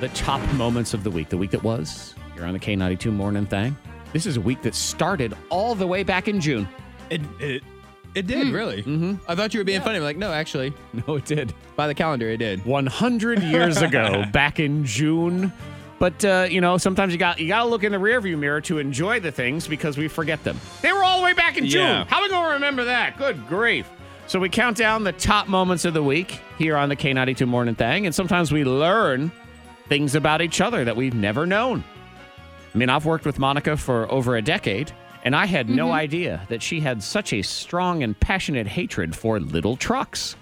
the top moments of the week, the week that was. You're on the K92 morning thing. This is a week that started all the way back in June. It it, it did really. Mm-hmm. I thought you were being funny. I'm like, no, actually, No, it did. by the calendar, it did. 100 years ago, back in June. But uh, you know, sometimes you got you got to look in the rearview mirror to enjoy the things because we forget them. They were all the way back in June. Yeah. How am I going to remember that? Good grief! So we count down the top moments of the week here on the K92 Morning Thing, and sometimes we learn things about each other that we've never known. I mean, I've worked with Monica for over a decade, and I had no idea that she had such a strong and passionate hatred for little trucks.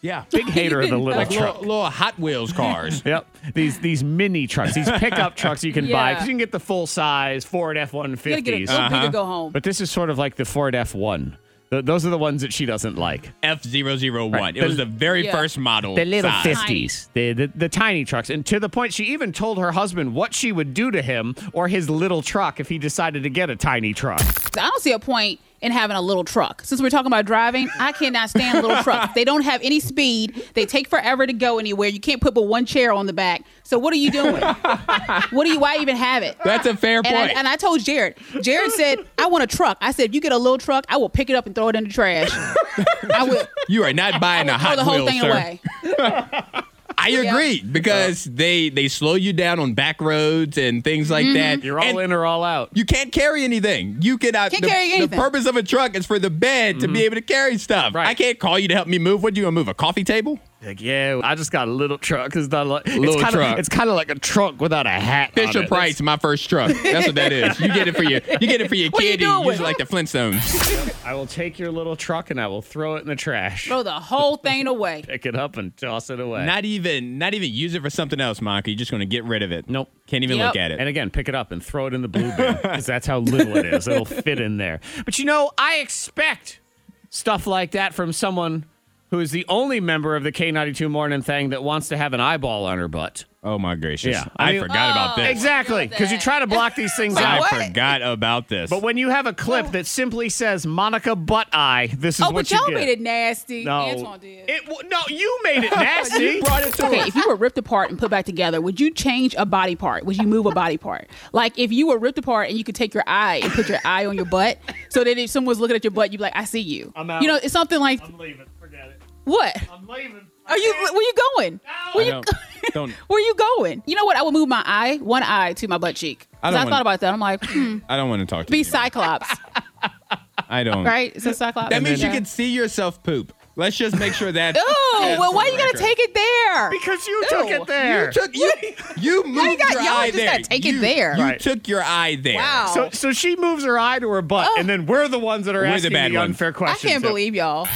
Yeah, Big hater of the little like truck. little, little Hot Wheels cars. Yep. These these mini trucks, these pickup trucks you can buy Yeah. because you can get the full size Ford F You gotta get it 150s. so big to go home. But this is sort of like the Ford F1. Th- those are the ones that she doesn't like. F 001 Right. It was the very Yeah. first model. The little size. 50s, the, the, the tiny trucks. And to the point, she even told her husband what she would do to him or his little truck if he decided to get a tiny truck. I don't see a point in having a little truck. Since we're talking about driving, I cannot stand little trucks. They don't have any speed. They take forever to go anywhere. You can't put but one chair on the back. So what are you doing? what do you? Why even have it? That's a fair And I, point. and I told Jared. Jared said, "I want a truck." I said, "If you get a little truck, I will pick it up and throw it in the trash. I will you are not buying a throw Hot the whole Wheels, thing sir. Oh. away." I agree because they they slow you down on back roads and things Mm-hmm. like that. You're all And in or all out. You can't carry anything. You cannot. Can't the, carry the anything. purpose of a truck is for the bed to be able to carry stuff. Right. I can't call you to help me move. What you gonna move? A coffee table? Like, yeah, I just got a little truck. It's not like Little it's kinda, truck. It's kind of like a trunk without a hat. on Fisher it. Price, my first truck. That's what that is. You get it for your you get it for your What are you kid. and doing? you use it like the Flintstones. I will take your little truck and I will throw it in the trash. Throw the whole thing away. Pick it up and toss it away. not even not even use it for something else, Monica. You're just gonna get rid of it. Nope. Can't even Yep. look at it. And again, pick it up and throw it in the blue bin because that's how little it is. It'll fit in there. But you know, I expect stuff like that from someone who is the only member of the K92 morning thing that wants to have an eyeball on her butt. oh my gracious. Yeah. I, I mean- forgot about this. Exactly. Because you try to block these things Like, out. uh, what? I forgot about this. But when you have a clip that simply says Monica Butt Eye, this is Oh, what but you y'all get. made it nasty. no, Antoine did. it, w- no, you made it nasty. brought it to Okay, us. if you were ripped apart and put back together, would you change a body part? Would you move a body part? Like if you were ripped apart and you could take your eye and put your eye on your butt, so that if someone was looking at your butt, you'd be like, "I see you." I'm out. You know, it's something like leaving. Forget it. what? I'm leaving. Are you? Where you going? Where I you? don't, don't Where you going? You know what? I would move my eye, one eye, to my butt cheek. 'Cause I I, don't wanna- thought about that. I'm like, hmm, I don't want to talk to be you. Cyclops, I don't right? Is that Cyclops? That means you Yeah. can see yourself poop. Let's just make sure that. Oh, well, why you gotta take it there? Because you took Ew. it there. You took you you moved got- your y'all eye just there. gotta take it You- there. You Right. took your eye there. Wow. So, so she moves her eye to her butt, and Oh. then we're the ones that are We're the asking the, bad ones. unfair I questions. can't believe y'all.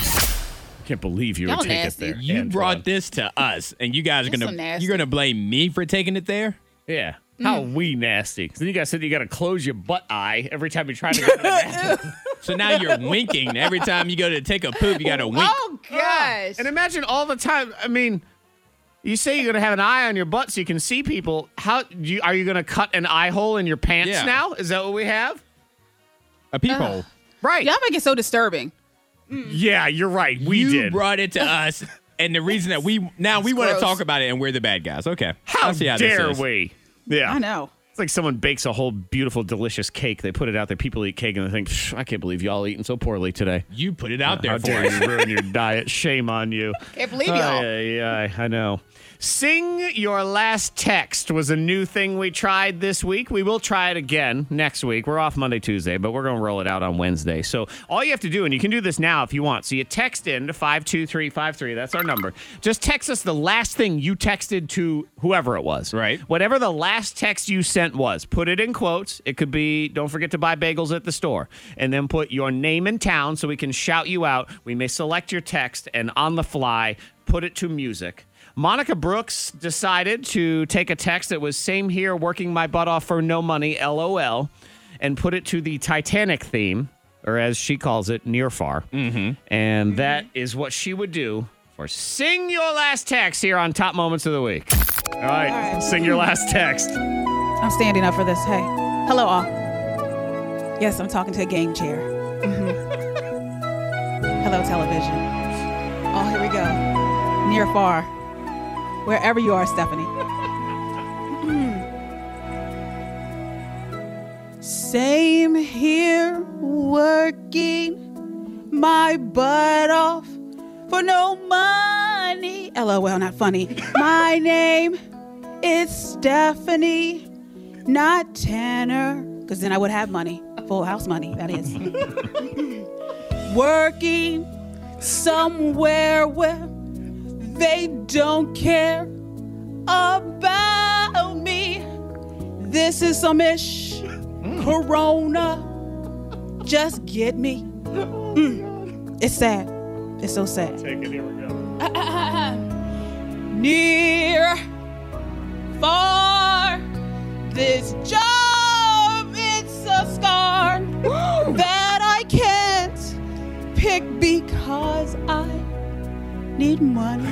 can't believe you Y'all would take nasty. it there. uh, You Antoine. brought this to us, and you guys are That's gonna so nasty. you're gonna blame me for taking it there. yeah. Mm. How we nasty? 'Cause Then you guys said you got to close your butt eye every time you try to. Go to the bathroom. So now you're winking every time you go to take a poop. You gotta wink. Oh gosh. and imagine all the time. I mean, you say you're gonna have an eye on your butt so you can see people. How do you, are you gonna cut an eye hole in your pants Yeah. now? Is that what we have? A Uh, peephole. Right. Y'all make it so disturbing. Yeah, you're right. We you did. brought it to us, and the reason that we now we want to gross. talk about it, and we're the bad guys. Okay. how I see how dare this is. we? Yeah. I know. It's like someone bakes a whole beautiful, delicious cake. They put it out there. People eat cake and they think, "Psh, I can't believe y'all eating so poorly today. You put it out How there for dare us. you ruin your diet? Shame on you. Can't Oh, believe y'all. Yeah, yeah, I know. Sing your last text was a new thing we tried this week. We will try it again next week. We're off Monday, Tuesday, but we're going to roll it out on Wednesday. So all you have to do, and you can do this now if you want. So you text in to five two three five three. That's our number. Just text us the last thing you texted to whoever it was. Right. Whatever the last text you sent was, put it in quotes. It could be, don't forget to buy bagels at the store. And then put your name and town so we can shout you out. We may select your text and on the fly put it to music. Monica Brooks decided to take a text that was same here, working my butt off for no money, LOL, and put it to the Titanic theme, or as she calls it, near far. Mm-hmm. And that is what she would do for Sing Your Last Text here on Top Moments of the Week. All right, sing your last text. I'm standing up for this. Hey, hello all. Yes, I'm talking to a game chair. Mhm. hello television. Oh, here we go. Near, far, wherever you are, Stephanie. Mm-hmm. Same here, working my butt off for no money. LOL, not funny. my name is Stephanie, not Tanner, because then I would have money, full house money, that is. working somewhere where they don't care about me. This is some ish. Mm. Corona, just get me. Mm. It's sad. It's so sad. Take it. Here we go. Near, far, this job it's a scar that I can't pick because I need money.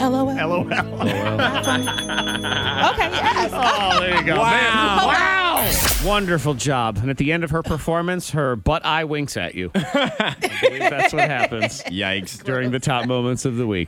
LOL. LOL. Okay. Yes. Oh, there you go. Oh, Wow. Wow. Wonderful job. And at the end of her performance, her butt eye winks at you. I believe that's what happens Yikes. during the top moments of the week.